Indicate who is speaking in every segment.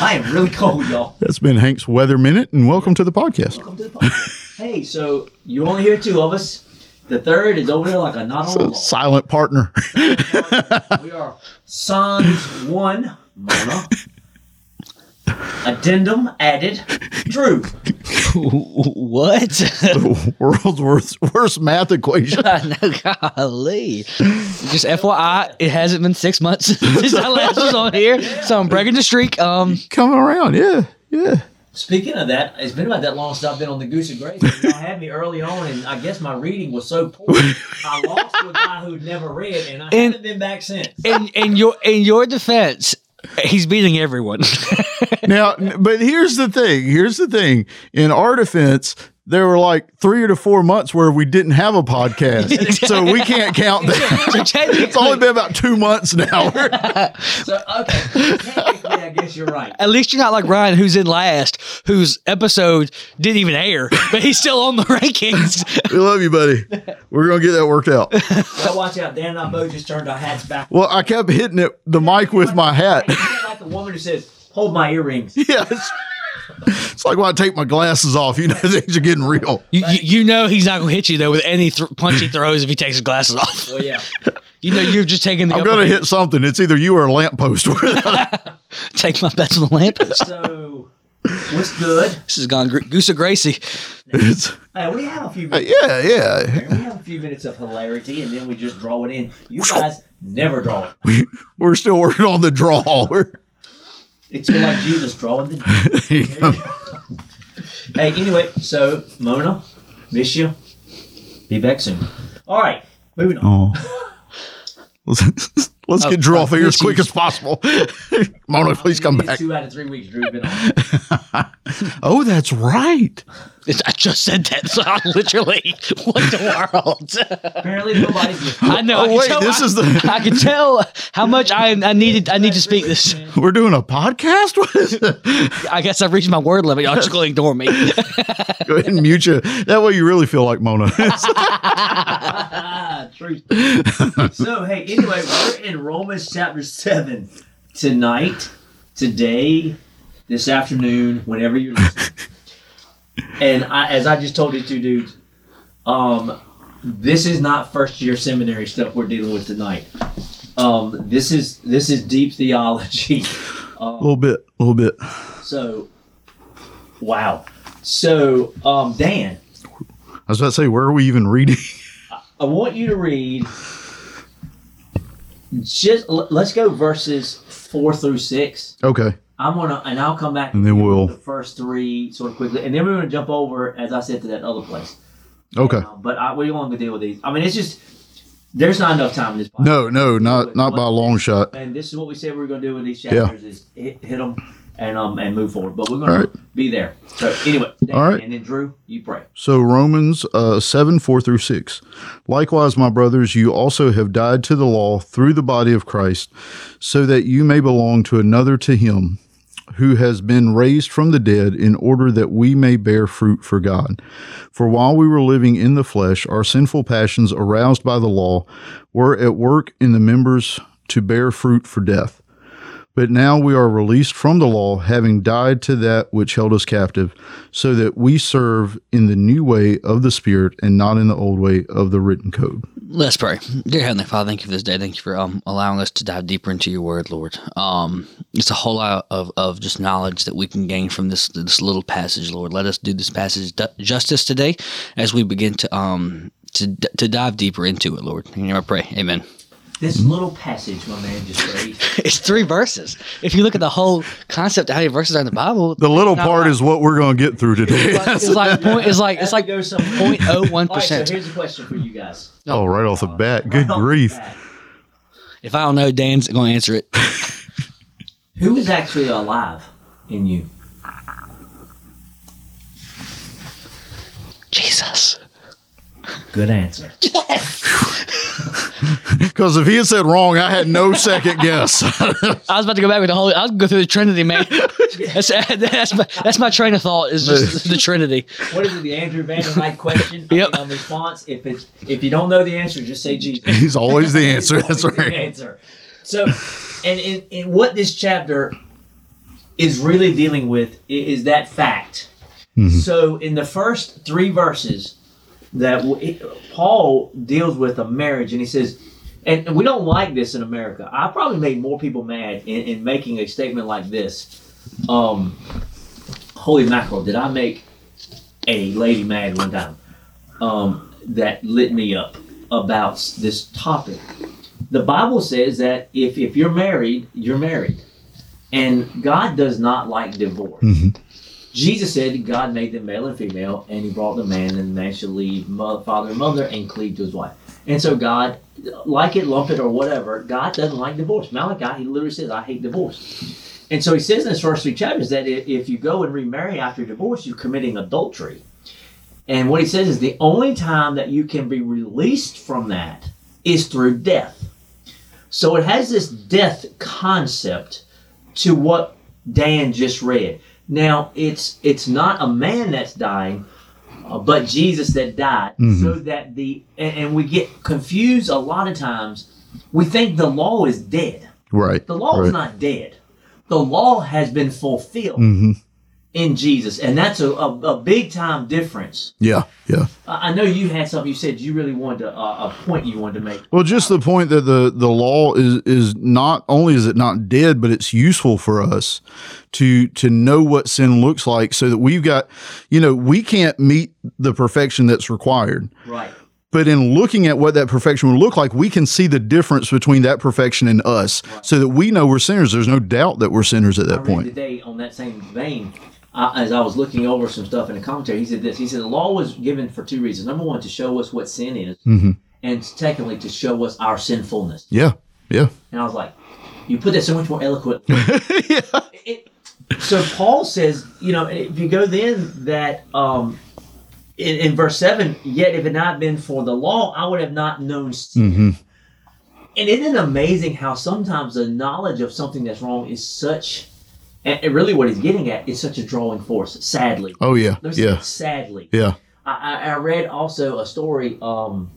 Speaker 1: I am really cold, y'all.
Speaker 2: That's been Hank's Weather Minute, and welcome to the podcast.
Speaker 1: Welcome to the podcast. hey, so you only hear two of us. The third is over there like a not on
Speaker 2: Silent partner.
Speaker 1: We are Sans One Mona. Addendum added. Drew.
Speaker 3: What?
Speaker 2: the world's worst, worst math equation.
Speaker 3: no, golly. Just FYI, it hasn't been six months since I last was on here, so I'm breaking the streak. Um,
Speaker 2: Coming around, yeah, yeah.
Speaker 1: Speaking of that, it's been about that long since I've been on the Goose and Grace. Y'all had me early on, and I guess my reading was so poor, I lost to a guy who never read, and I
Speaker 3: And-
Speaker 1: haven't been back since.
Speaker 3: in in your in your defense, he's beating everyone.
Speaker 2: Now, n- but here's the thing. Here's the thing. In our defense, there were like three to four months where we didn't have a podcast, so we can't count that.
Speaker 3: so
Speaker 2: It's only
Speaker 3: technically,
Speaker 2: been about two months now.
Speaker 1: So okay, technically, I guess you're right.
Speaker 3: at least you're not like Ryan, who's in last, whose episode didn't even air, but he's still on the rankings.
Speaker 2: we love you, buddy. We're gonna get that worked out.
Speaker 1: So watch out, Dan and I both just turned our hats back.
Speaker 2: Well, I kept hitting it the mic with my hat.
Speaker 1: Like, you're like the woman who says, "Hold my earrings."
Speaker 2: Yes. It's like when I take my glasses off, you know things are getting real.
Speaker 3: You, you, you know he's not going to hit you though with any th- punch he throws if he takes his glasses off.
Speaker 1: Well, Oh, yeah.
Speaker 3: You know you're just taking the
Speaker 2: I'm
Speaker 3: upper
Speaker 2: gonna
Speaker 3: hand.
Speaker 2: hit something. It's either you or a lamppost.
Speaker 3: take my bets on the lamp.
Speaker 1: So what's good?
Speaker 3: This has gone gr- Goose of Gracie.
Speaker 2: It's-
Speaker 1: Hey, we have a few. Minutes.
Speaker 2: yeah, yeah.
Speaker 1: We have a few minutes of hilarity, and then we just draw it in. You guys never draw it.
Speaker 2: We're still working on the draw. We're-
Speaker 1: It's like Jesus drawing the. Hey, anyway, so Mona, miss you. Be back soon. All right, moving on.
Speaker 2: Let's, let's get draw
Speaker 3: oh,
Speaker 2: for here as
Speaker 3: yes,
Speaker 2: quick
Speaker 3: you-
Speaker 2: as possible. Mona, please come
Speaker 1: These
Speaker 2: back.
Speaker 1: Two out of three weeks, Drew's been on.
Speaker 2: Oh, that's right.
Speaker 3: It's- I just said that, so I'm literally, what the world?
Speaker 1: Apparently, nobody's listening.
Speaker 3: I know.
Speaker 2: Oh,
Speaker 3: I can
Speaker 2: wait,
Speaker 3: tell-
Speaker 2: this
Speaker 3: I-
Speaker 2: is the-
Speaker 3: I can tell how much I I needed. I need to speak this.
Speaker 2: We're doing a podcast. What is that?
Speaker 3: I guess I've reached my word limit. Y'all just gonna ignore me.
Speaker 2: Go ahead and mute you. That way, you really feel like Mona.
Speaker 1: Ah, true. so, hey, anyway, we're in Romans chapter 7 tonight, today, this afternoon, whenever you're listening. and I, as I just told you two dudes, um, this is not first year seminary stuff we're dealing with tonight. Um, this is this is deep theology.
Speaker 2: a little bit, a little bit.
Speaker 1: So, wow. So, um, Dan,
Speaker 2: I was about to say, where are we even reading?
Speaker 1: I want you to read. Just l- let's go verses four through six.
Speaker 2: Okay.
Speaker 1: I'm gonna and I'll come back
Speaker 2: And then we'll-
Speaker 1: the first three sort of quickly, and then we're gonna jump over as I said to that other place.
Speaker 2: Okay.
Speaker 1: Um, but I, we want to deal with these. I mean, it's just there's not enough time in this. Podcast.
Speaker 2: No, no, not not by a long shot.
Speaker 1: And this is what we said we were gonna do in these chapters: is hit, hit them and um and move forward. But we're gonna
Speaker 2: All right.
Speaker 1: be there. So anyway, Dan,
Speaker 2: All right.
Speaker 1: And then Drew, you pray.
Speaker 2: So Romans uh, 7 4 through 6. Likewise, my brothers, you also have died to the law through the body of Christ, so that you may belong to another to him who has been raised from the dead, in order that we may bear fruit for God. For while we were living in the flesh, our sinful passions aroused by the law were at work in the members to bear fruit for death. But now we are released from the law, having died to that which held us captive, so that we serve in the new way of the Spirit and not in the old way of the written code.
Speaker 3: Let's pray. Dear Heavenly Father, thank you for this day. Thank you for um, allowing us to dive deeper into your word, Lord. Um, it's a whole lot of, of just knowledge that we can gain from this this little passage, Lord. Let us do this passage du- justice today as we begin to um to, d- to dive deeper into it, Lord. In your name I pray. Amen.
Speaker 1: This little passage, my man, just read.
Speaker 3: It's three verses. If you look at the whole concept of how many verses are in the Bible,
Speaker 2: The little part is what we're going to get through today.
Speaker 3: it's like point it's like it's like
Speaker 1: There was some
Speaker 3: point oh one
Speaker 1: All right, so
Speaker 3: percent.
Speaker 1: here's a question for you guys.
Speaker 2: oh, right off the bat. Good
Speaker 1: Off the
Speaker 2: grief.
Speaker 1: bat,
Speaker 3: If I don't know, Dan's gonna answer it.
Speaker 1: Who is actually alive? in you.
Speaker 3: Jesus.
Speaker 1: Good answer.
Speaker 2: Because if he had said wrong, I had no second guess.
Speaker 3: I was about to go back with the Holy. I was going go through the Trinity, man. that's, that's, my, that's my train of thought. Is just the Trinity.
Speaker 1: What is it, the Andrew Van Der Dyke question?
Speaker 3: Yep.
Speaker 1: Um, response. If it's if you don't know the answer, just say Jesus.
Speaker 2: He's always the answer.
Speaker 1: It's
Speaker 2: That's
Speaker 1: always the
Speaker 2: right.
Speaker 1: Answer. So, and, and and what this chapter is really dealing with i- is that fact.
Speaker 2: Mm-hmm.
Speaker 1: So, in the first three verses, that w- it- Paul deals with a marriage, and he says, and we don't like this in America. I probably made more people mad in, in making a statement like this. Um, holy mackerel! Did I make a lady mad one time? Um, that lit me up about s- this topic. The Bible says that if if you're married, you're married, and God does not like divorce. Jesus said God made them male and female, and He brought the man, and the man should leave mother, father and mother and cleave to his wife. And so God, like it, lump it, or whatever, God doesn't like divorce. Malachi, he literally says, "I hate divorce." And so he says in his first three chapters that i- if you go and remarry after divorce, you're committing adultery. And what he says is the only time that you can be released from that is through death. So it has this death concept to what Dan just read. Now it's it's not a man that's dying, uh, but Jesus that died, so that the and, and we get confused a lot of times. We think the law is dead.
Speaker 2: Right.
Speaker 1: The law
Speaker 2: right.
Speaker 1: is not dead. The law has been fulfilled in Jesus, and that's a, a, a big time difference.
Speaker 2: Yeah. Yeah.
Speaker 1: I I know you had something you said you really wanted to, uh, a point you wanted to make.
Speaker 2: Well, just the point that the the law is is not only is it not dead, but it's useful for us to to know what sin looks like, so that we've got, you know, we can't meet the perfection that's required.
Speaker 1: Right.
Speaker 2: But in looking at what that perfection would look like, we can see the difference between that perfection and us, so that we know we're sinners. There's no doubt that we're sinners at
Speaker 1: I
Speaker 2: that
Speaker 1: read
Speaker 2: point.
Speaker 1: today on that same vein, I, as I was looking over some stuff in the commentary, he said this. He said the law was given for two reasons. Number one, to show us what sin is, and secondly, to show us our sinfulness.
Speaker 2: Yeah, yeah,
Speaker 1: And I was like, you put that so much more eloquently. It- so Paul says, you know, if you go then that um, in, in verse seven, yet if it had not been for the law, I would have not known sin. And isn't it amazing how sometimes the knowledge of something that's wrong is such, and and really what he's getting at is such a drawing force. Sadly,
Speaker 2: oh yeah,
Speaker 1: Let me say
Speaker 2: yeah,
Speaker 1: sadly.
Speaker 2: yeah.
Speaker 1: I, I- I read also a story um,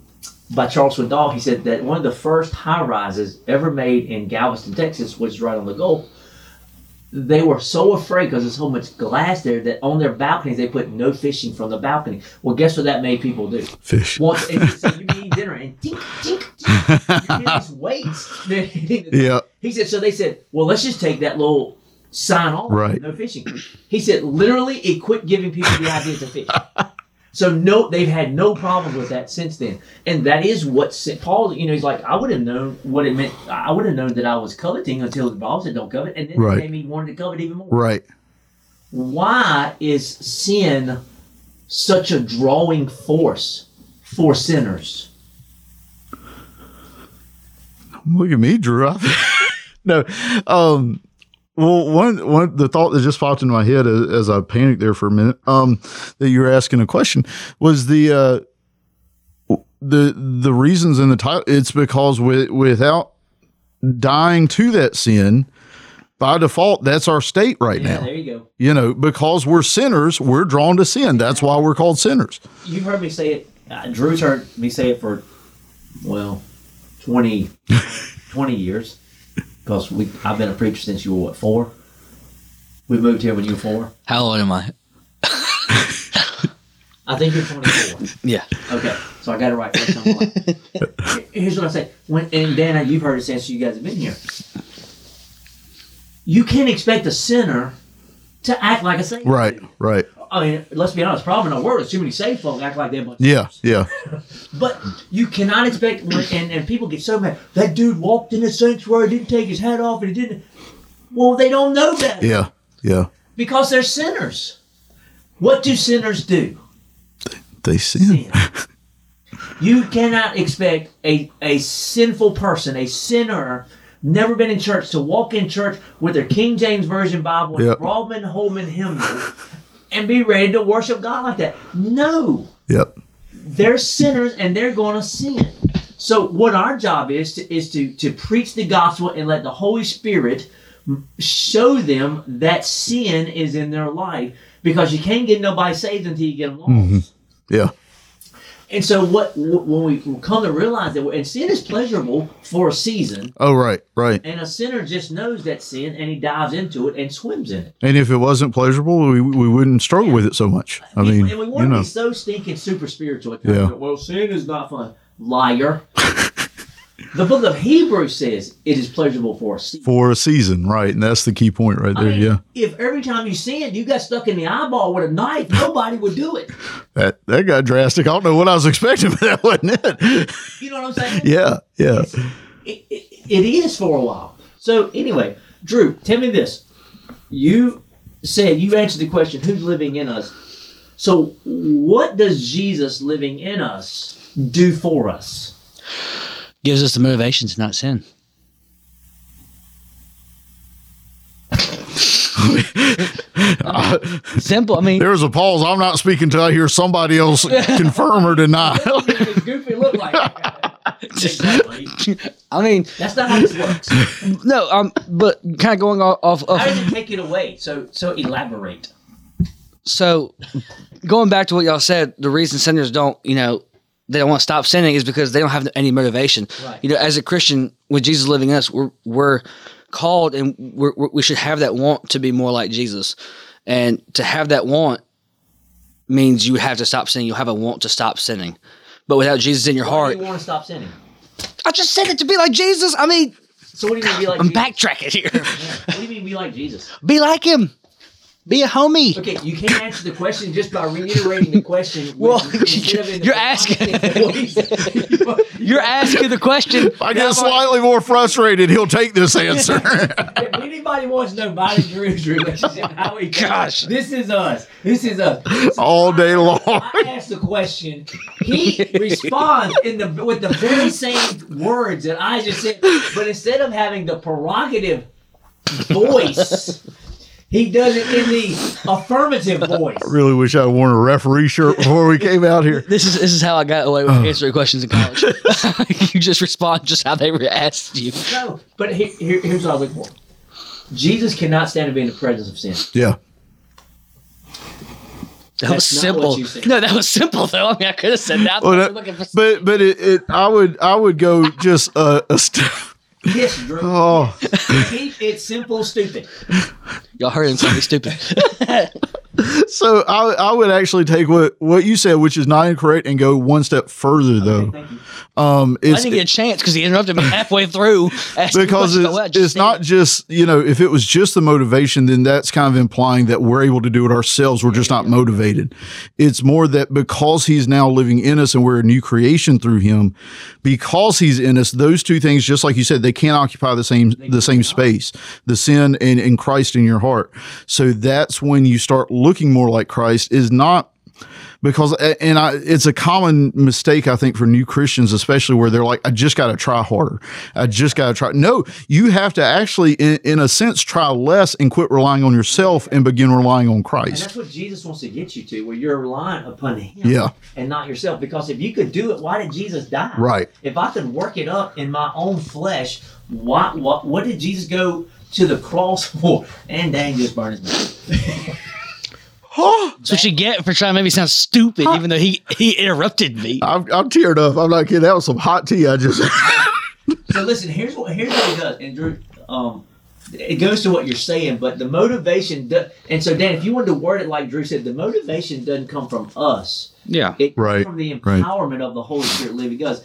Speaker 1: by Charles Swindoll. He said that one of the first high rises ever made in Galveston, Texas, which is right on the Gulf, they were so afraid because there's so much glass there that on their balconies they put no fishing from the balcony. Well, guess what that made people do?
Speaker 2: Fish.
Speaker 1: Once and so you eat dinner and tink tink, tink you're hitting these weights. They're hitting the-
Speaker 2: Yeah.
Speaker 1: He said so. They said, well, let's just take that little sign off.
Speaker 2: Right.
Speaker 1: No fishing. He said literally it quit giving people the idea to fish. So no, they've had no problems with that since then, and that is what sin- Paul. You know, he's like, I would have known what it meant. I would have known that I was coveting until the Bible said don't covet, and then
Speaker 2: Right.
Speaker 1: it made me wanted to covet even more
Speaker 2: Right.
Speaker 1: why is sin such a drawing force for sinners?
Speaker 2: Look at me, Drew. I- no, um, well, one one the thought that just popped into my head as, as I panicked there for a minute, um, that you were asking a question was the uh, the the reasons in the title. It's because with, without dying to that sin, by default, that's our state right
Speaker 1: Yeah,
Speaker 2: now.
Speaker 1: there you go.
Speaker 2: You know, because we're sinners, we're drawn to sin. That's why we're called sinners.
Speaker 1: You've heard me say it. Uh, Drew's heard me say it for, well, 20, 20 years. Because we, I've been a preacher since you were, what, four? We moved here when you were four?
Speaker 3: How old am I?
Speaker 1: I think you're 24.
Speaker 3: Yeah.
Speaker 1: Okay, so I got it right first time. Here- Here's what I say. When and Dana, you've heard it since you guys have been here. You can't expect a sinner to act like a saint.
Speaker 2: Right. Right.
Speaker 1: I mean, let's be honest. Probably in the world, there's too many safe folk act like they're. a bunch of-
Speaker 2: Yeah. Yeah.
Speaker 1: But you cannot expect, when, and and people get so mad. That dude walked in the sanctuary, didn't take his hat off, and he didn't. Well, they don't know that
Speaker 2: Yeah. Yeah.
Speaker 1: because they're sinners. What do sinners do?
Speaker 2: They sin.
Speaker 1: sin. You cannot expect a, a sinful person, a sinner, never been in church, to walk in church with their King James Version Bible, and
Speaker 2: Yep.
Speaker 1: Broadman Holman hymnal, and be ready to worship God like that. No,
Speaker 2: Yep.
Speaker 1: they're sinners and they're going to sin. So what our job is to, is to to preach the gospel and let the Holy Spirit show them that sin is in their life because you can't get nobody saved until you get them lost.
Speaker 2: Yeah.
Speaker 1: And so what wh- when we come to realize that we're, and sin is pleasurable for a season,
Speaker 2: Oh, right. Right.
Speaker 1: and a sinner just knows that sin and he dives into it and swims in it.
Speaker 2: And if it wasn't pleasurable, we, we wouldn't struggle with it so much. I mean,
Speaker 1: and we
Speaker 2: you
Speaker 1: want to
Speaker 2: know,
Speaker 1: be so stinking super spiritual. At
Speaker 2: Yeah.
Speaker 1: times. Well, sin is not fun. Liar. the book of Hebrews says it is pleasurable for a season.
Speaker 2: for a season, right? And that's the key point right
Speaker 1: I
Speaker 2: there.
Speaker 1: mean,
Speaker 2: yeah.
Speaker 1: If every time you sinned, you got stuck in the eyeball with a knife, nobody would do it.
Speaker 2: That that got drastic. I don't know what I was expecting, but that wasn't it.
Speaker 1: You know what I'm saying?
Speaker 2: yeah. Yeah.
Speaker 1: it, it, it is for a while. So anyway, Drew, tell me this. You said you answered the question, who's living in us? So what does Jesus living in us do for us?
Speaker 3: Gives us the motivation to not sin. Simple. I mean,
Speaker 2: There's a pause. I'm not speaking until I hear somebody else confirm or deny.
Speaker 1: Does Goofy look like Exactly.
Speaker 3: I mean,
Speaker 1: That's not how this works.
Speaker 3: no. Um, but kind of going off off.
Speaker 1: How
Speaker 3: off
Speaker 1: does it take it away? So so elaborate.
Speaker 3: so going back to what y'all said, the reason sinners don't, you know, they don't want to stop sinning is because they don't have any motivation.
Speaker 1: Right.
Speaker 3: You know, as a Christian, with Jesus living in us, we're we're called and we're, we're, we should have that want to be more like Jesus, and to have that want means you have to stop sinning. You have a want to stop sinning, but without Jesus in your
Speaker 1: Why
Speaker 3: heart,
Speaker 1: do you want to stop sinning?
Speaker 3: I just said it to be like Jesus. I mean,
Speaker 1: So what do you mean be like
Speaker 3: I'm
Speaker 1: Jesus?
Speaker 3: backtracking here.
Speaker 1: What do you mean be like Jesus?
Speaker 3: be like him. Be a homie.
Speaker 1: Okay, you can't answer the question just by reiterating the question.
Speaker 3: Well,
Speaker 1: with- instead of in the
Speaker 3: you're asking-
Speaker 1: provocative voice.
Speaker 3: You're asking the question.
Speaker 2: I get slightly more frustrated. He'll take this answer.
Speaker 1: If anybody wants to know Biden Drew's relationship, how we
Speaker 3: Gosh.
Speaker 1: this is us. This is us. So
Speaker 2: All day long.
Speaker 1: I ask the question. He responds in the with the very same words that I just said, but instead of having the prerogative voice, he does it in the affirmative voice.
Speaker 2: Really wish I'd worn a referee shirt before we came out here.
Speaker 3: This is this is how I got away with
Speaker 2: Oh.
Speaker 3: answering questions in college. you just respond just how they were asked you.
Speaker 1: No, but he, here, here's what I was looking for. Jesus cannot stand to be in the presence of sin.
Speaker 2: Yeah.
Speaker 3: That was
Speaker 1: That's not what
Speaker 3: simple.
Speaker 1: you said.
Speaker 3: No, that was simple though. I mean, I could have said that.
Speaker 2: Well,
Speaker 3: but
Speaker 2: that- but but it, it I would I would go just a, a step.
Speaker 1: Yes, Drew.
Speaker 2: Oh,
Speaker 1: Keep it simple, stupid.
Speaker 3: y'all heard him something stupid.
Speaker 2: so I I would actually take what what you said, which is not incorrect, and go one step further though.
Speaker 1: Thank you.
Speaker 2: Um,
Speaker 3: I
Speaker 2: it's
Speaker 3: didn't get a chance because he interrupted me halfway through. asking
Speaker 2: because
Speaker 3: questions about
Speaker 2: it's,
Speaker 3: what I just
Speaker 2: it's
Speaker 3: said.
Speaker 2: not just you know if it was just the motivation then that's kind of implying that we're able to do it ourselves we're just not motivated it's more that because he's now living in us and we're a new creation through him because he's in us those two things just like you said they can't occupy the same the same space the sin and, and christ in your heart so that's when you start looking more like christ is not because a- and I, it's a common mistake I think for new Christians, especially where they're like, "I just got to try harder. I just got to try." No, you have to actually, in, in a sense, try less and quit relying on yourself and begin relying on
Speaker 1: And
Speaker 2: Christ.
Speaker 1: that's what Jesus wants to get you to, where you're relying upon Him
Speaker 2: Yeah.
Speaker 1: and not yourself. Because if you could do it, why did Jesus die?
Speaker 2: Right.
Speaker 1: If I could work it up in my own flesh, why? What? What did Jesus go to the cross for? And dang, just burned his mouth.
Speaker 3: That's what you get for trying to make me sound stupid, even though he he interrupted me.
Speaker 2: I'm, I'm teared up. I'm not kidding. That was some hot tea. I just
Speaker 1: So listen, here's what here's what it does, and Drew, um, it goes to what you're saying, but the motivation, do, and so Dan, if you wanted to word it like Drew said, the motivation doesn't come from us.
Speaker 3: Yeah.
Speaker 1: It comes
Speaker 2: Right,
Speaker 1: from the
Speaker 2: right.
Speaker 1: empowerment of the Holy Spirit living us.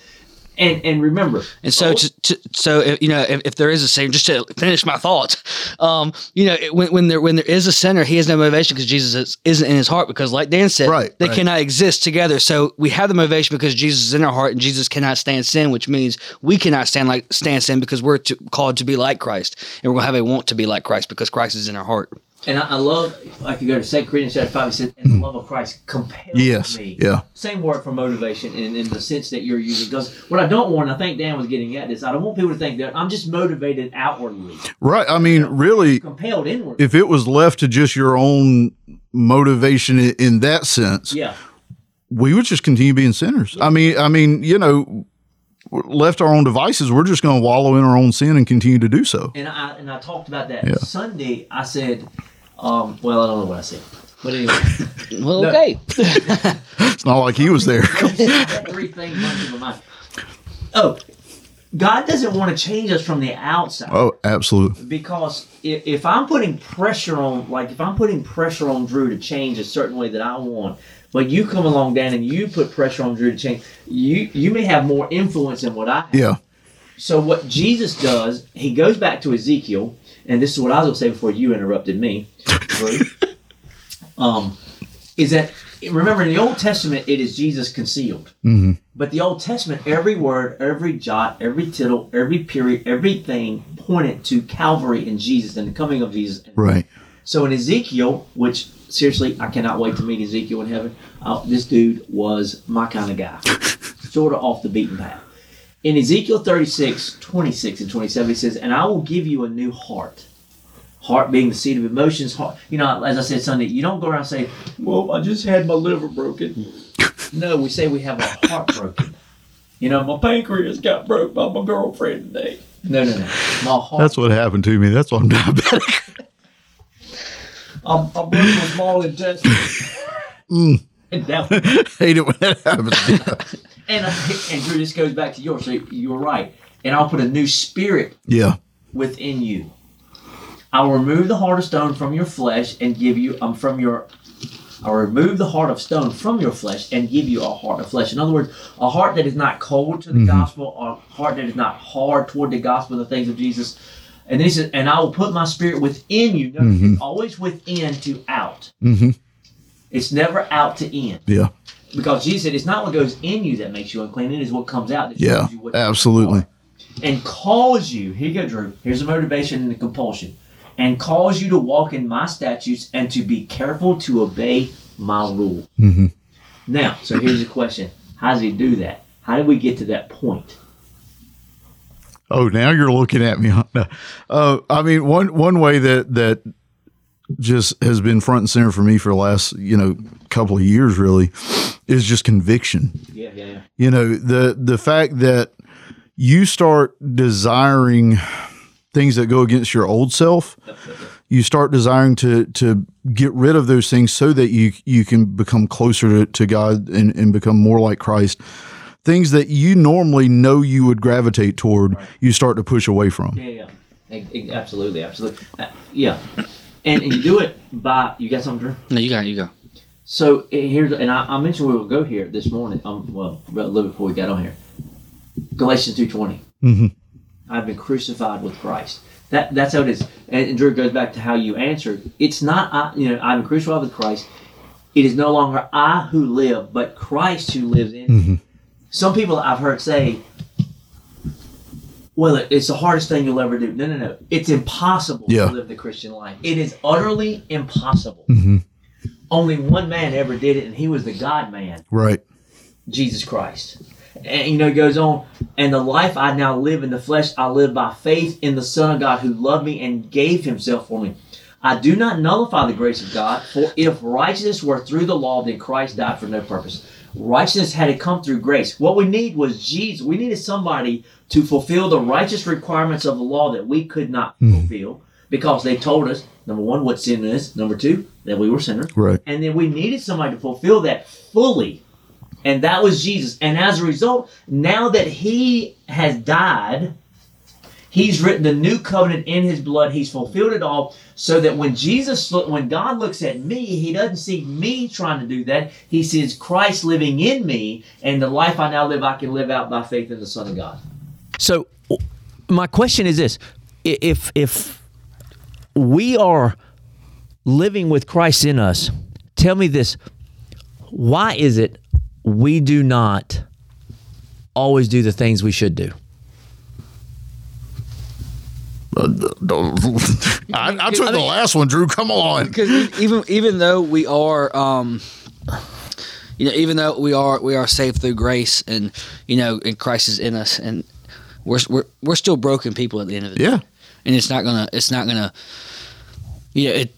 Speaker 1: And and remember,
Speaker 3: And
Speaker 2: Oh.
Speaker 3: so, to, to, so if, you know, if, if there is a sinner, just to finish my thought, um, you know, it, when, when there when there is a sinner, he has no motivation because Jesus is, isn't in his heart. Because, like Dan said,
Speaker 2: Right,
Speaker 3: they
Speaker 2: right.
Speaker 3: cannot exist together. So we have the motivation because Jesus is in our heart, and Jesus cannot stand sin, which means we cannot stand like stand sin because we're to, called to be like Christ, and we're gonna have a want to be like Christ because Christ is in our heart.
Speaker 1: And I, I love, I could go to Second Corinthians chapter 5, it says, and the love of Christ compels
Speaker 2: Yes.
Speaker 1: me.
Speaker 2: Yeah.
Speaker 1: Same word for motivation in, in the sense that you're using. Because what I don't want, I think Dan was getting at this, I don't want people to think that I'm just motivated outwardly,
Speaker 2: Right. I mean, really,
Speaker 1: compelled inwardly.
Speaker 2: if it was left to just your own motivation i- in that sense,
Speaker 1: yeah.
Speaker 2: we would just continue being sinners. I mean, I mean, you know, we're left our own devices, we're just going to wallow in our own sin and continue to do so.
Speaker 1: and I and I talked about that Sunday. I said, um, well, I don't know what I said, but anyway,
Speaker 3: Well, okay.
Speaker 2: It's not like he was there.
Speaker 1: three things run through my mind. Oh, God doesn't want to change us from the outside
Speaker 2: Oh, absolutely.
Speaker 1: because if, if I'm putting pressure on, like if I'm putting pressure on Drew to change a certain way that I want, but you come along, Dan, and you put pressure on Drew to change, you you may have more influence than what I have.
Speaker 2: Yeah.
Speaker 1: So what Jesus does, he goes back to Ezekiel, and this is what I was going to say before you interrupted me. Drew, um, is that remember in the Old Testament it is Jesus concealed, but the Old Testament every word, every jot, every tittle, every period, everything pointed to Calvary and Jesus and the coming of Jesus.
Speaker 2: Right.
Speaker 1: So in Ezekiel, which seriously I cannot wait to meet Ezekiel in heaven. Uh, this dude was my kind of guy, sort of off the beaten path. In Ezekiel 36, 26 and 27, he says, And I will give you a new heart. Heart being the seat of emotions. Heart, you know, as I said Sunday, you don't go around and say, Well, I just had my liver broken. no, we say we have our heart broken. You know, my pancreas got broke by my girlfriend today. No, no, no. My heart.
Speaker 2: That's what happened to me. That's why I'm diabetic.
Speaker 1: I'm, I'm working with small intestine. And that,
Speaker 2: Hate it when that happens.
Speaker 1: and, and Drew, this goes back to yours. So you're right. And I'll put a new spirit
Speaker 2: Yeah.
Speaker 1: within you. I'll remove the heart of stone from your flesh and give you um from your I'll remove the heart of stone from your flesh and give you a heart of flesh. In other words, a heart that is not cold to the gospel, a heart that is not hard toward the gospel and the things of Jesus. And this is, and I will put my spirit within you. Notice it's always within to out. It's never out to in.
Speaker 2: Yeah.
Speaker 1: Because Jesus said it's not what goes in you that makes you unclean, it is what comes out that
Speaker 2: Yeah.
Speaker 1: shows you what you
Speaker 2: Absolutely.
Speaker 1: and cause you, here you go, Drew, here's the motivation and the compulsion, and cause you to walk in my statutes and to be careful to obey my rule.
Speaker 2: Mm-hmm.
Speaker 1: Now, so here's the question How does he do that? How did we get to that point?
Speaker 2: Oh, now you're looking at me. huh? No. Uh, I mean, one one way that that just has been front and center for me for the last you know couple of years really is just conviction.
Speaker 1: Yeah, yeah, yeah.
Speaker 2: You know the the fact that you start desiring things that go against your old self. You start desiring to to get rid of those things so that you you can become closer to, to God and, and become more like Christ. Things that you normally know you would gravitate toward, you start to push away from.
Speaker 1: Yeah, yeah. A- a- Absolutely, absolutely. Uh, yeah. And, and you do it by, you got something, Drew?
Speaker 3: No, you got it. You go.
Speaker 1: So eh, here's, and I, I mentioned we will go here this morning. Um, well, a little before we got on here, Galatians two I've been crucified with Christ. That that's how it is. And, and Drew goes back to how you answered. It's not I, you know I've been crucified with Christ. It is no longer I who live, but Christ who lives in. me. Some people I've heard say, "Well, it- it's the hardest thing you'll ever do." No, no, no. It's impossible
Speaker 2: Yeah.
Speaker 1: to live the Christian life. It is utterly impossible. Only one man ever did it, and he was the God man,
Speaker 2: Right.
Speaker 1: Jesus Christ. And you know, it goes on, and the life I now live in the flesh, I live by faith in the Son of God who loved me and gave himself for me. I do not nullify the grace of God, for if righteousness were through the law, then Christ died for no purpose. Righteousness had to come through grace. What we need was Jesus. We needed somebody to fulfill the righteous requirements of the law that we could not fulfill because they told us, number one, what sin is, number two, that we were sinners.
Speaker 2: Right.
Speaker 1: And then we needed somebody to fulfill that fully and that was Jesus. And as a result, now that he has died, he's written the new covenant in his blood. He's fulfilled it all so that when Jesus look, when God looks at me, he doesn't see me trying to do that. He sees Christ living in me and the life I now live I can live out by faith in the Son of God.
Speaker 4: So, w- my question is this: I- if if we are living with Christ in us, tell me this: why is it we do not always do the things we should do?
Speaker 2: I, I took the last one, Drew. Come on.
Speaker 3: because e, even even though we are um you know even though we are we are saved through grace and you know and christ is in us and we're we're, we're still broken people at the end of the day
Speaker 2: Yeah.
Speaker 3: and it's not gonna it's not gonna you know it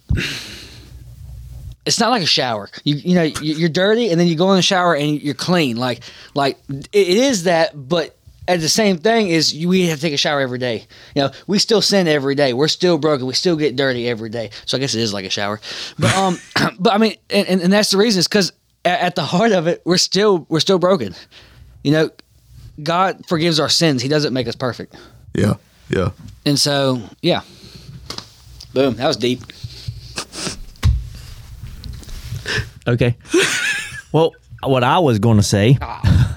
Speaker 3: it's not like a shower you you know you- you're dirty and then you go in the shower and you're clean like like it it is that but at the same thing is you, we have to take a shower every day you know we still sin every day we're still broken we still get dirty every day so i guess it is like a shower but um but i mean and, and, and that's the reason is because at, at the heart of it we're still we're still broken you know god forgives our sins he doesn't make us perfect
Speaker 2: Yeah. Yeah.
Speaker 3: and so, yeah. Boom. That was deep.
Speaker 1: Okay. well, what I was going to say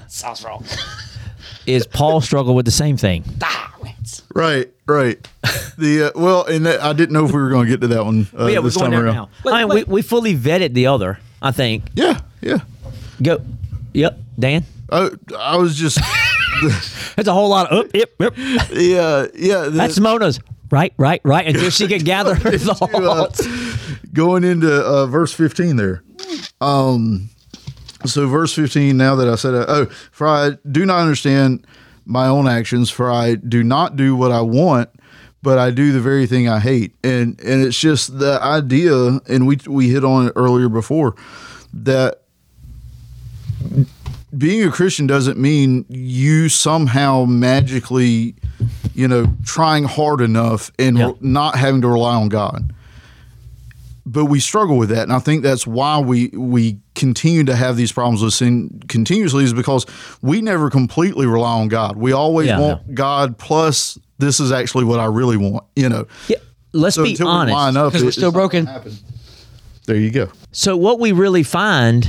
Speaker 3: Sounds wrong.
Speaker 1: is Paul struggled with the same thing.
Speaker 2: Right. Right. The uh, well, and that, I didn't know if we were going to get to that one uh,
Speaker 1: Oh, yeah, we're
Speaker 2: this
Speaker 1: going
Speaker 2: time
Speaker 1: there
Speaker 2: around.
Speaker 1: now. I mean, We, we fully vetted the other, I think.
Speaker 2: Yeah. Yeah.
Speaker 1: Go. Yep, Dan.
Speaker 2: I, I was just.
Speaker 1: That's a whole lot of. Up, yep, yep.
Speaker 2: Yeah. Yeah. the-
Speaker 1: That's Mona's. Right, right, right. Until she can gather her
Speaker 2: uh,
Speaker 1: thoughts.
Speaker 2: going into uh, verse 15 there. Um, so verse 15, now that I said, uh, oh, for I do not understand my own actions, for I do not do what I want, but I do the very thing I hate. And, and it's just the idea, and we, we hit on it earlier before that being a Christian doesn't mean you somehow magically, you know, trying hard enough and
Speaker 1: Yeah.
Speaker 2: not having to rely on God. But we struggle with that, and I think that's why we we continue to have these problems with sin continuously is because we never completely rely on God. We always
Speaker 1: Yeah.
Speaker 2: want God plus this is actually what I really want, you know.
Speaker 1: Yeah, let's
Speaker 2: So
Speaker 1: be
Speaker 2: until we line
Speaker 1: honest.
Speaker 2: up,
Speaker 3: Because we're
Speaker 2: it-
Speaker 3: still
Speaker 2: it's not
Speaker 3: broken.
Speaker 2: gonna happen. There you go.
Speaker 1: So what we really find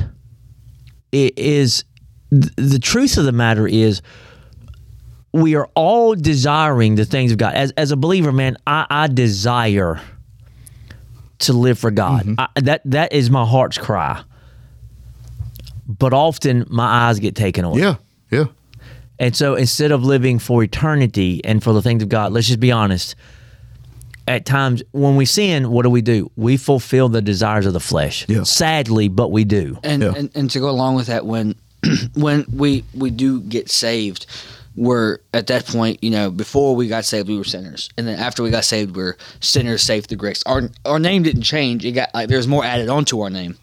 Speaker 1: i- is th- the truth of the matter is we are all desiring the things of God. As as a believer, man, I, I desire to live for God. I, that that is my heart's cry. But often my eyes get taken away.
Speaker 2: Yeah, yeah,
Speaker 1: And so instead of living for eternity and for the things of God, let's just be honest. At times when we sin, what do we do? We fulfill the desires of the flesh.
Speaker 2: Yeah.
Speaker 1: Sadly, but we do.
Speaker 3: And,
Speaker 2: Yeah.
Speaker 3: and and to go along with that, when when we we do get saved, we're at that point. You know, before we got saved, we were sinners, and then after we got saved, we're sinners saved through grace. Our our name didn't change. It got like there's more added onto our name.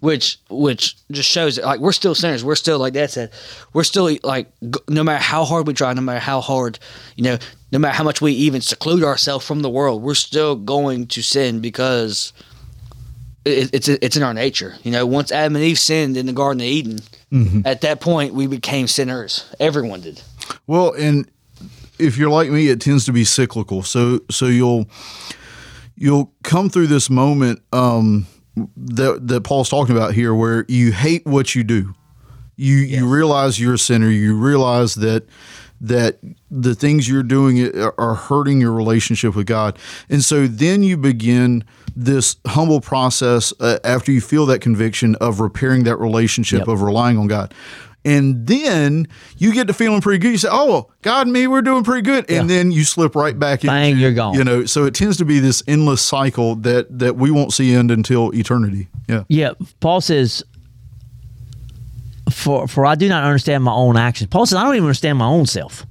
Speaker 3: Which, which just shows it. Like we're still sinners. We're still, like Dad said, we're still like g- no matter how hard we try, no matter how hard, you know, no matter how much we even seclude ourselves from the world, we're still going to sin because it, it's it's in our nature. You know, once Adam and Eve sinned in the Garden of Eden, at that point we became sinners. Everyone did.
Speaker 2: Well, and if you're like me, it tends to be cyclical. So so you'll you'll come through this moment um, that that Paul's talking about here, where you hate what you do. You you realize you're a sinner. You realize that that the things you're doing are- are hurting your relationship with God, and so then you begin this humble process uh, after you feel that conviction of repairing that relationship
Speaker 1: Yep.
Speaker 2: of relying on God. And then you get to feeling pretty good. You say, "Oh, God and me, we're doing pretty good." And then you slip right back in.
Speaker 1: Bang, you're gone.
Speaker 2: You know, so it tends to be this endless cycle that that we won't see end until eternity. Yeah.
Speaker 1: Yeah, Paul says, "For for I do not understand my own actions." Paul says, "I don't even understand my own self."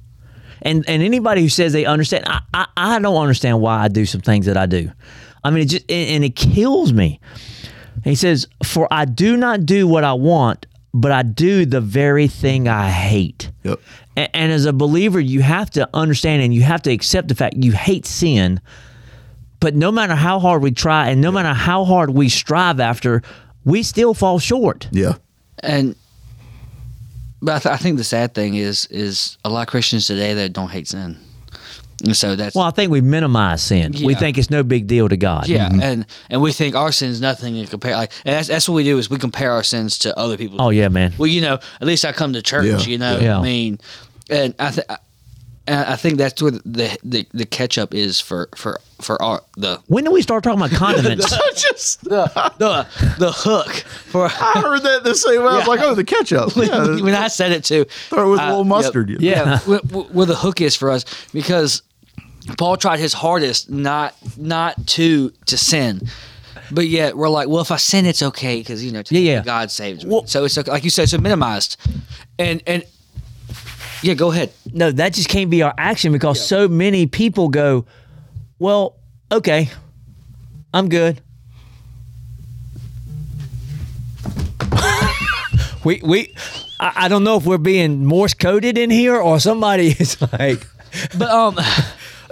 Speaker 1: And and anybody who says they understand, I I, I don't understand why I do some things that I do. I mean, it just and, and it kills me. He says, "For I do not do what I want, but I do the very thing I hate."
Speaker 2: Yep.
Speaker 1: And, and as a believer, you have to understand and you have to accept the fact you hate sin. But no matter how hard we try and no matter how hard we strive after, we still fall short.
Speaker 2: Yeah.
Speaker 3: And but I, th- I think the sad thing is is a lot of Christians today that don't hate sin, and so that's
Speaker 1: Well, I think we minimize sin. We
Speaker 3: Yeah.
Speaker 1: think it's no big deal to God.
Speaker 3: yeah. And and we think our sin's nothing in compare. Like and that's that's what we do is we compare our sins to other people's.
Speaker 1: Oh yeah, man.
Speaker 3: Well, you know, at least I come to church.
Speaker 2: Yeah,
Speaker 3: You know,
Speaker 1: yeah.
Speaker 3: I mean, and I think. I think that's where the, the the catch up is for for for our the
Speaker 1: When do we start talking about condiments?
Speaker 2: I just I
Speaker 3: the the hook for
Speaker 2: heard that the same way. I was like, "Oh, the ketchup." Yeah.
Speaker 3: when I said it too.
Speaker 2: Throw it with a
Speaker 3: uh,
Speaker 2: little mustard.
Speaker 3: Yeah, where, where the hook is for us because Paul tried his hardest not not to to sin. But yet we're like, well, if I sin, it's okay because you know,
Speaker 1: Yeah, yeah.
Speaker 3: God saves me.
Speaker 1: Well-
Speaker 3: so it's okay. like you said, so minimized, and and yeah, go ahead.
Speaker 1: No, that just can't be our action because so many people go, well, okay, I'm good. we we, I, I don't know if we're being Morse coded in here or somebody is like.
Speaker 3: But um,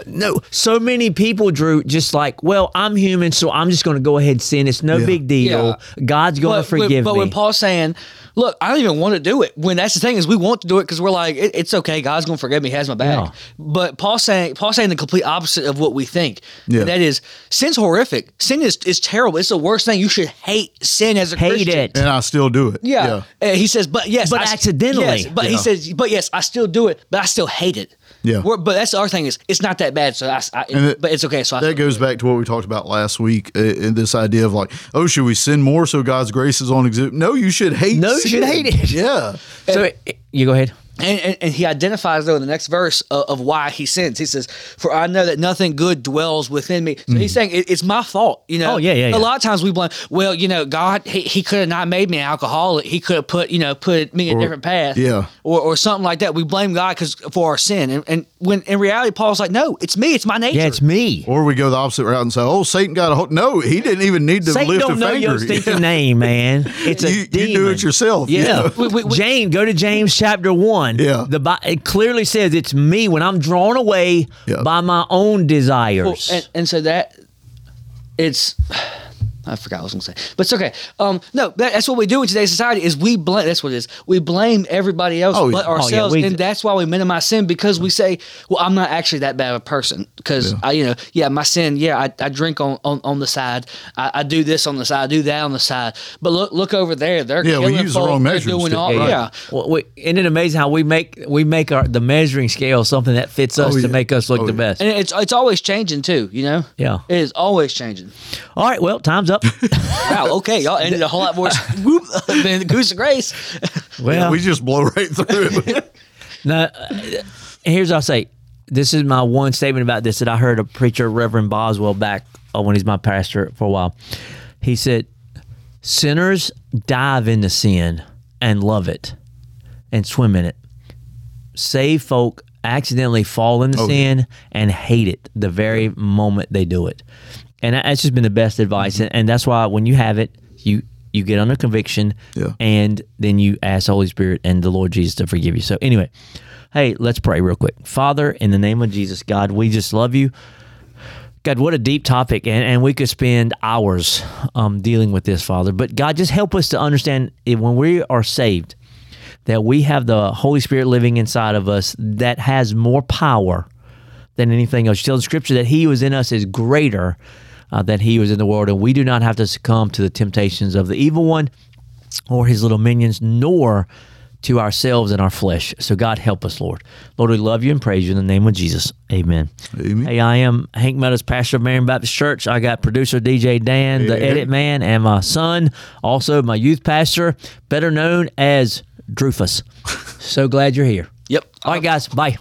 Speaker 1: No, so many people, Drew, just like, well, I'm human, so I'm just going to go ahead and sin. It's no
Speaker 2: Yeah.
Speaker 1: big deal. God's going to
Speaker 3: but, when-
Speaker 1: forgive
Speaker 3: but
Speaker 1: me.
Speaker 3: when Paul's saying, "Look, I don't even want to do it," when that's the thing is, we want to do it because we're like, it, "It's okay, God's gonna forgive me, He has my back."
Speaker 1: Yeah.
Speaker 3: But Paul's saying, Paul's saying the complete opposite of what we think.
Speaker 2: Yeah.
Speaker 3: And that is, sin's horrific. Sin is is terrible. It's the worst thing. You should hate sin as a
Speaker 1: Hate
Speaker 3: Christian.
Speaker 1: it.
Speaker 2: and I still do it.
Speaker 3: Yeah. And he says, but yes,
Speaker 1: But
Speaker 3: s-
Speaker 1: accidentally.
Speaker 3: yes, but he
Speaker 2: Yeah.
Speaker 3: says, but yes, I still do it, but I still hate it.
Speaker 2: Yeah.
Speaker 3: We're, but that's our thing is it's not that bad. So I, I
Speaker 2: And it-
Speaker 3: but it's okay. So I
Speaker 2: That goes back to what we talked about last week uh, in this idea of like, oh, should we sin more so God's grace is on exhibit? No, you should hate.
Speaker 1: No, you should
Speaker 2: sin.
Speaker 1: hate it.
Speaker 2: Yeah,
Speaker 1: so you go ahead.
Speaker 3: And, and, and he identifies, though, in the next verse of, of why he sins. He says, For I know that nothing good dwells within me. So he's saying, it, It's my fault. You know,
Speaker 1: Mm. Oh, yeah, yeah,
Speaker 3: A
Speaker 1: yeah.
Speaker 3: lot of times we blame, well, you know, God, he, he could have not made me an alcoholic. He could have put, you know, put me in a different path.
Speaker 2: yeah.
Speaker 3: Or, or something like that. We blame God cause, for our sin. And, and when in reality, Paul's like, No, it's me. It's my nature.
Speaker 1: Yeah, it's me.
Speaker 2: or we go the opposite route and say, oh, Satan got a hold. No, he didn't even need to
Speaker 1: Satan
Speaker 2: lift a
Speaker 1: don't know
Speaker 2: finger.
Speaker 1: your stinking name, man. It's a
Speaker 2: You- you do
Speaker 1: demon.
Speaker 2: it yourself.
Speaker 1: Yeah.
Speaker 2: Yeah.
Speaker 3: We- we- we-
Speaker 1: James, go to James chapter one.
Speaker 2: Yeah.
Speaker 1: The Bi- it clearly says it's me when I'm drawn away
Speaker 2: Yeah.
Speaker 1: by my own
Speaker 3: Well,
Speaker 1: desires.
Speaker 3: and, and so that it's I forgot what I was gonna say, but it's okay. Um, no, that, that's what we do in today's society is we blame. That's what it is. We blame everybody else
Speaker 2: Oh, yeah.
Speaker 3: but
Speaker 2: Oh, yeah,
Speaker 3: ourselves,
Speaker 1: we-
Speaker 3: and that's why we minimize sin because we say, "Well, I'm not actually that bad of a person because I, you know, yeah, my sin, yeah, I, I drink on, on, on the side, I, I do this on the side, I do that on the side, but look look over there, they're
Speaker 2: Yeah, we
Speaker 3: killing
Speaker 2: use the
Speaker 3: folk,
Speaker 2: wrong
Speaker 3: they're
Speaker 2: measuring
Speaker 3: doing
Speaker 2: stick,
Speaker 3: all,
Speaker 2: right.
Speaker 3: yeah,
Speaker 1: Well, we, isn't it amazing how we make we make our the measuring scale something that fits us
Speaker 2: Oh,
Speaker 1: to
Speaker 2: yeah.
Speaker 1: make us look
Speaker 2: Oh,
Speaker 1: the
Speaker 2: yeah.
Speaker 1: best?
Speaker 3: and it's it's always changing too, you know,
Speaker 1: Yeah.
Speaker 3: it is always changing.
Speaker 1: All right, well, time's up.
Speaker 3: Wow. Okay, y'all ended a whole lot more whoop than the Goose of Grace.
Speaker 1: well,
Speaker 2: We just blow right through it.
Speaker 1: No, uh, here's what I'll say. This is my one statement about this that I heard a preacher, Reverend Boswell, back uh, when he's my pastor for a while. He said, Sinners dive into sin and love it and swim in it. Saved folk accidentally fall into sin and hate it the very moment they do it. And that- that's just been the best advice. And, and that's why when you have it, you you get under conviction
Speaker 2: Yeah.
Speaker 1: and then you ask the Holy Spirit and the Lord Jesus to forgive you. So anyway, hey, let's pray real quick. Father, in the name of Jesus, God, we just love you. God, what a deep topic, and, and we could spend hours um, dealing with this, Father. But God, just help us to understand it, when we are saved, that we have the Holy Spirit living inside of us that has more power than anything else. You tell the scripture that he who is in us is greater uh, than he who is in the world, and we do not have to succumb to the temptations of the evil one or his little minions, nor to ourselves and our flesh. So, God, help us, Lord. Lord, we love you and praise you in the name of Jesus. Amen.
Speaker 2: Amen.
Speaker 1: Hey, I am Hank Meadows, pastor of Marion Baptist Church. I got producer DJ Dan, the
Speaker 2: Hey.
Speaker 1: edit man, and my son, also my youth pastor, better known as Drufus. so glad you're here.
Speaker 3: Yep.
Speaker 1: All right, guys. Bye.